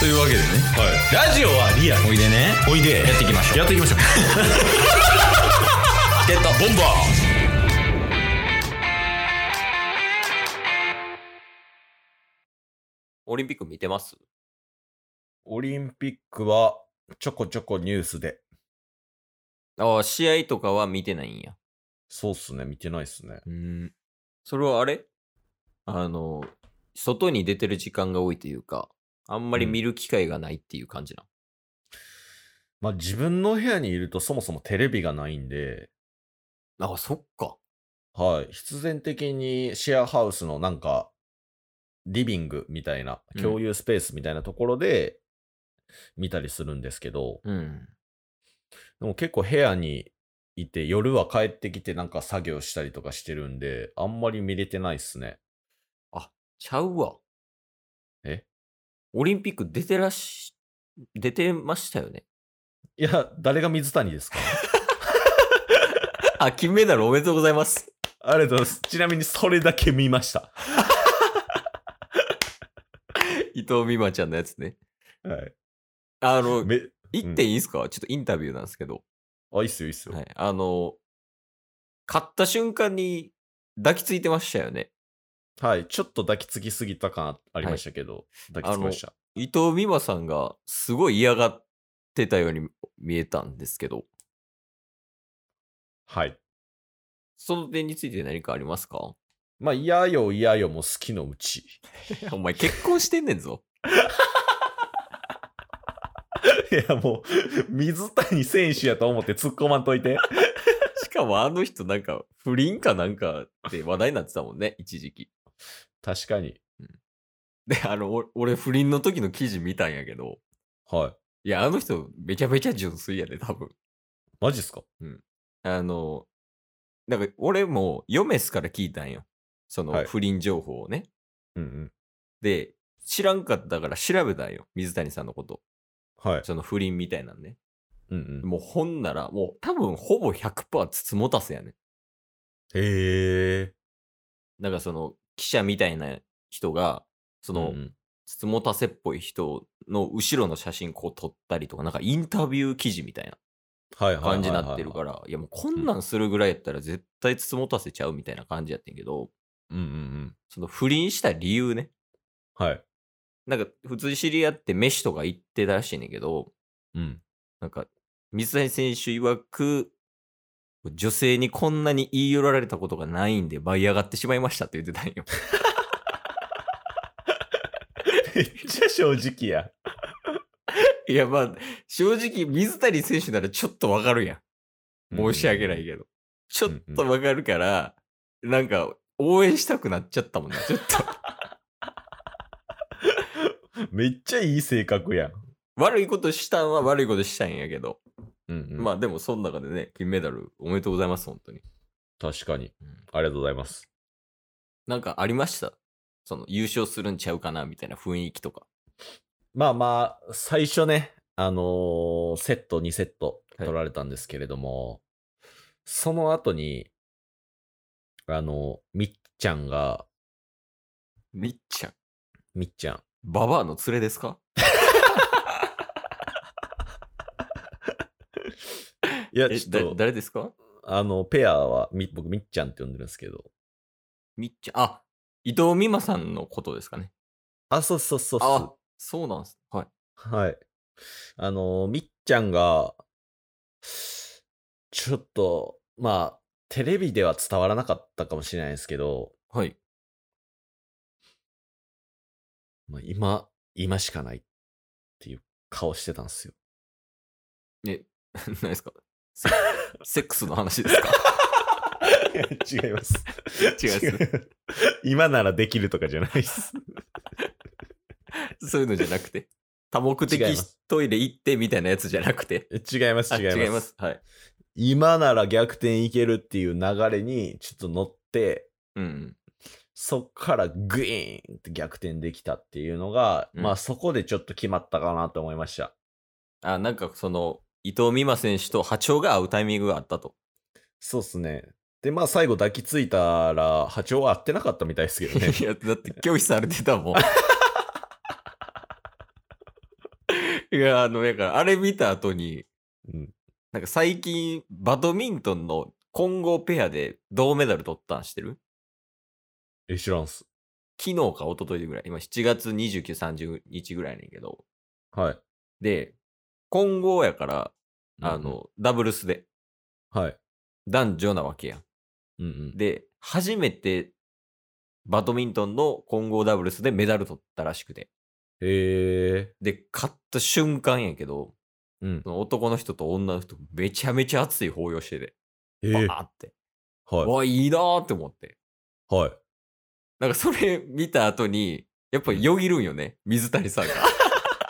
というわけでねはい。ラジオはリアル。おいでねおいで。やっていきましょうやっていきましょう。 ゲットボンバオリンピック見てますオリンピックは、ちょこちょこニュースで。ああ、試合とかは見てないんや。そうっすね、見てないっすね。うん。それはあれあの、外に出てる時間が多いというか、あんまり見る機会がないっていう感じな。まあ自分の部屋にいるとそもそもテレビがないんで、ああ、そっか。はい。必然的にシェアハウスのなんか、リビングみたいなう、ん共有スペースみたいなところで見たりするんですけど、うん。でも結構部屋にいて、夜は帰ってきてなんか作業したりとかしてるんで、あんまり見れてないっすね。ちゃうわ。えオリンピック出てらし、出てましたよね。いや、誰が水谷ですか あ、金メダルおめでとうございます。 ありがとうございます。ちなみにそれだけ見ました。伊藤美誠ちゃんのやつね。はい。あ の、め一点いいですか、ちょっとインタビューなんですけど。あ、いいっすよ、いいっすよ。はい。あの、勝った瞬間に抱きついてましたよね。はい。ちょっと抱きつきすぎた感ありましたけど、抱きつきました。伊藤美誠さんがすごい嫌がってたように見えたんですけど、はい。その点について何かありますかまあ、嫌よ、嫌よも好きのうち。 お前結婚してんねんぞ。いや、もう、水谷選手やと思って突っ込まんといて。しかもあの人なんか不倫かなんかって話題になってたもんね、一時期。確かに。で、あの、お俺不倫の時の記事見たんやけど、はい。いや、あの人めちゃめちゃ純粋やで、多分。マジっすかあの、なんか俺もヨメスから聞いたんよ。そはのい不倫情報をね。うんうん。で、知らんかったから調べたんよ。水谷さんのこと。はい。その不倫みたいなんね。うんうん。もうほんなら、もう多分ほぼ100%つつもたせやねへえ。ん。なんかその記者みたいな人が、そのうんつつもたせっぽい人の後ろの写真こう撮ったりとか、なんかインタビュー記事みたいはいなはい。。感じになってるからら、いやもうこんなんするぐらいやったら絶対つつもたせちゃうみたいな感じやってんけど、うんうんうん。その不倫した理由ね。はい。 なんか普通に知り合って飯とか行ってたらしいねんけど、うん。なんか水谷選手曰く、女性にこんなに言い寄られたことがないんで舞い上がってしまいましたって言ってたんよ。 めっちゃ正直や。いや、まあ、正直、水谷選手ならちょっとわかるやん。申し訳ないけど。ちょっとわかるから、なんか、応援したくなっちゃったも んな、ちょっと。めっちゃいい性格やん。悪いことしたんは悪いことしたんやけど。うんうんまあ、でも、その中でね、金メダル、おめでとうございます、本当に。確かに。ありがとうございます。なんか、ありましたその、優勝するんちゃうかな、みたいな雰囲気とか。まあまあ、最初ね、あのーセット2セットはい取られたんですけれども、その後に、あの、みっちゃんが、みっちゃん。みっちゃん。ババアの連れですかいや、え、ちだょっと、誰ですかあの、ペアはみ、僕、みっちゃんって呼んでるんですけど。みっちゃん。あ、伊藤美誠さんのことですかね。あ、そうそうそうあそ、そうなんです。はい。う。はい。あのー、みっちゃんが、ちょっと、まあ、テレビでは伝わらなかったかもしれないですけど、はい。 まあ、今、今しかないっていう顔してたんですよ。え、何ですか セセックスの話ですか違違います。いますう今ならできるとかじゃないです。そういうのじゃなくて。多目的違いますトイレ行ってみたいなやつじゃなくて。違います、あ違います。違います。はい。今なら逆転いけるっていう流れにちょっと乗って、うんうん。そっからグイーンって逆転できたっていうのが、うんまあそこでちょっと決まったかなと思いました。あ、なんかその、伊藤美誠選手と波長が合うタイミングがあったと。そうっすね。で、まあ最後抱きついたら波長は合ってなかった みたいですけどね。いや、だって拒否されてたもん。 いや、あの、だから、あれ見た後に、うんなんか最近、バドミントンの混合ペアで銅メダル取ったんしてるえ、知らんっす。昨日か一昨日ぐらい。今7月29、30日ぐらいやねんけど。はい。で、混合やから、あうんの、ダブルスで、うん、はい。男女なわけやん。うんうん。で、初めて、バドミントンの混合ダブルスでメダル取ったらしくて。へえ。で、勝った瞬間やけど、うんそ。の男の人と女の人、めちゃめちゃ熱い抱擁してて、えバえ。ーって。はわ、いいなーって思って。い。はい。なんかそれ見た後に、やっぱよぎるんよね、水谷さんが。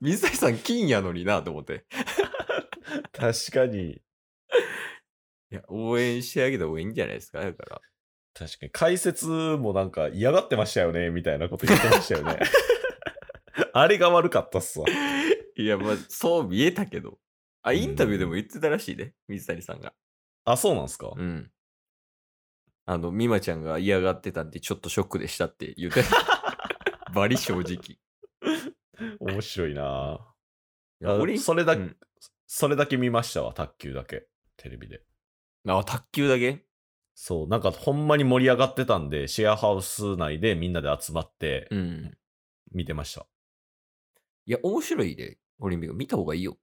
水谷さん金やのになと思って。確かに。いや、応援してあげた方がいいんじゃないですか、だから。確かに。解説もなんか嫌がってましたよね、みたいなこと言ってましたよね。 あれが悪かったっすわ。いや、まあ、そう見えたけど。あ、うんインタビューでも言ってたらしいね、水谷さんが。あ、そうなんすかうん。あの、美馬ちゃんが嫌がってたんで、ちょっとショックでしたって言 ってた。バリ正直。面白いなやあ俺それだけ、うんそれだけ見ましたわ、卓球だけ。テレビで。あ、卓球だけそう、なんかほんまに盛り上がってたんで、シェアハウス内でみんなで集まってうん。見てました。いや、面白いで、オリンピック。見た方がいいよ。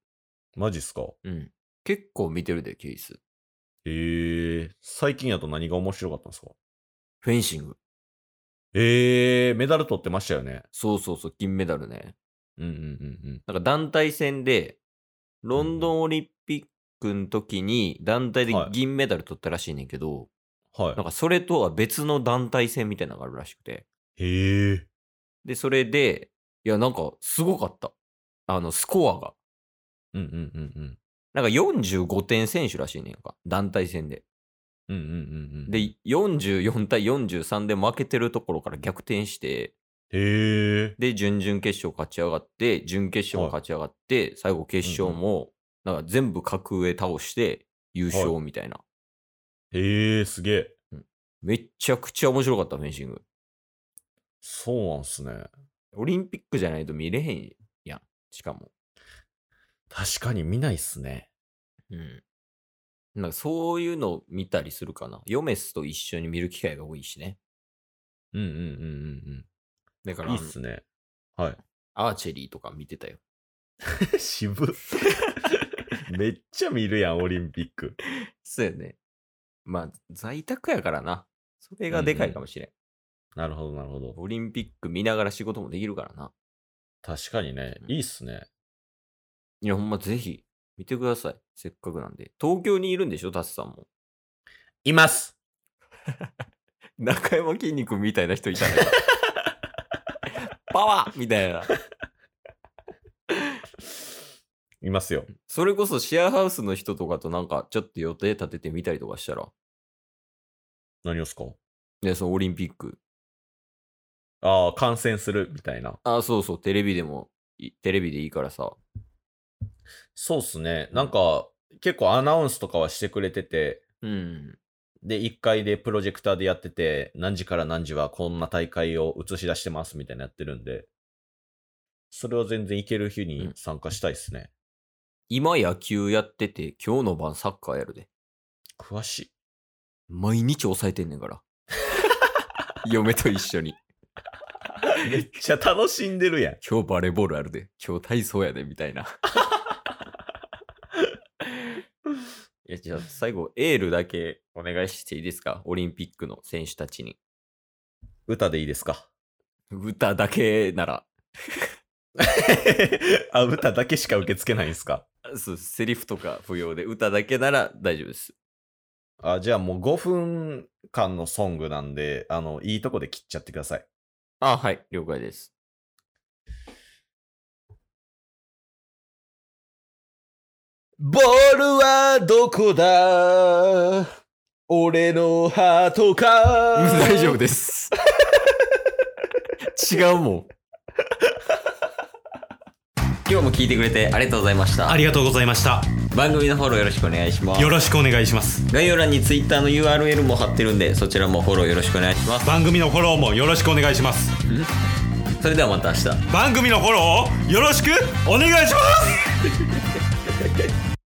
マジっすかうん。結構見てるで、ケース。えー、最近やと何が面白かったんですかフェンシング。えー、メダル取ってましたよね。そうそうそう、金メダルね。うんうんうんうん。なんか団体戦で、ロンドンオリンピックの時に団体ではい銀メダル取ったらしいねんけど、はいなん。かそれとは別の団体戦みたいなのがあるらしくて。へえ。で、それで、いや、なんかすごかった。あの、スコアが。うんうんうんうん。なんか45点選手らしいねんか。団体戦で。うんうんうんうん。へで、44対43で負けてるところから逆転して、え。で、準々決勝勝ち上がって、準決勝も勝ち上がって、最後決勝も、なんか全部格上倒して、優勝みたいな。へえ、すげえ。めちゃくちゃ面白かった、フェンシング。そうなんすね。オリンピックじゃないと見れへんやん。しかも。確かに見ないっすね。うん。なんかそういうの見たりするかな。ヨメスと一緒に見る機会が多いしね。うんうんうんだかうんうら、ん。いいっすね。はアーチェリーとか見てたよ。い。 渋。めっちゃ見るやん、オリンピック。そうやね。まあ、在宅やからな。それがでかいかもしれん。なるほど、なるほど。オリンピック見ながら仕事もできるからな。確かにね、いいっすね。いや、ほんまぜひ見てください。せっかくなんで。東京にいるんでしょ、タスさんも。います中山筋肉みたいな人いたね。パワーみたいな。いますよ。それこそシェアハウスの人とかとなんかちょっと予定立ててみたりとかしたら。何をっすかで、そのオリンピック。ああ、感染するみたいな。あ、そうそう、テレビでもい、テレビでいいからさ。そうっすね。なんか、結構アナウンスとかはしてくれてて、うん。で、1階でプロジェクターでやってて、何時から何時はこんな大会を映し出してますみたいなやってるんで、それは全然いける日に参加したいですね。今野球やってて、今日の晩サッカーやるで。詳しい。毎日抑えてんねん から。嫁と一緒に。 めっちゃ楽しんでるやん。今日バレーボールあるで。今日体操やで、みたいな。 いや、じゃあ最後、エールだけお願いしていいですかオリンピックの選手たちに。歌でいいですか歌だけなら、 あ、歌だけしか受け付けないんすかそうセリフとか不要で、歌だけなら大丈夫です。あ、じゃあもう5分間のソングなんで、あの、いいとこで切っちゃってください。あ、はい、了解です。ボールはどこだ俺のハートか大丈夫です。 違うもん。今日も聞いてくれてありがとうございました。ありがとうございました。番組のフォローよろしくお願いしますよ。ろしくお願いします。概要欄に Twitter の URL も貼ってるんでそちらもフォローよろしくお願いします番組のフォローもよろしくお願いします。それではまた明日番組のフォローをよろしくお願いします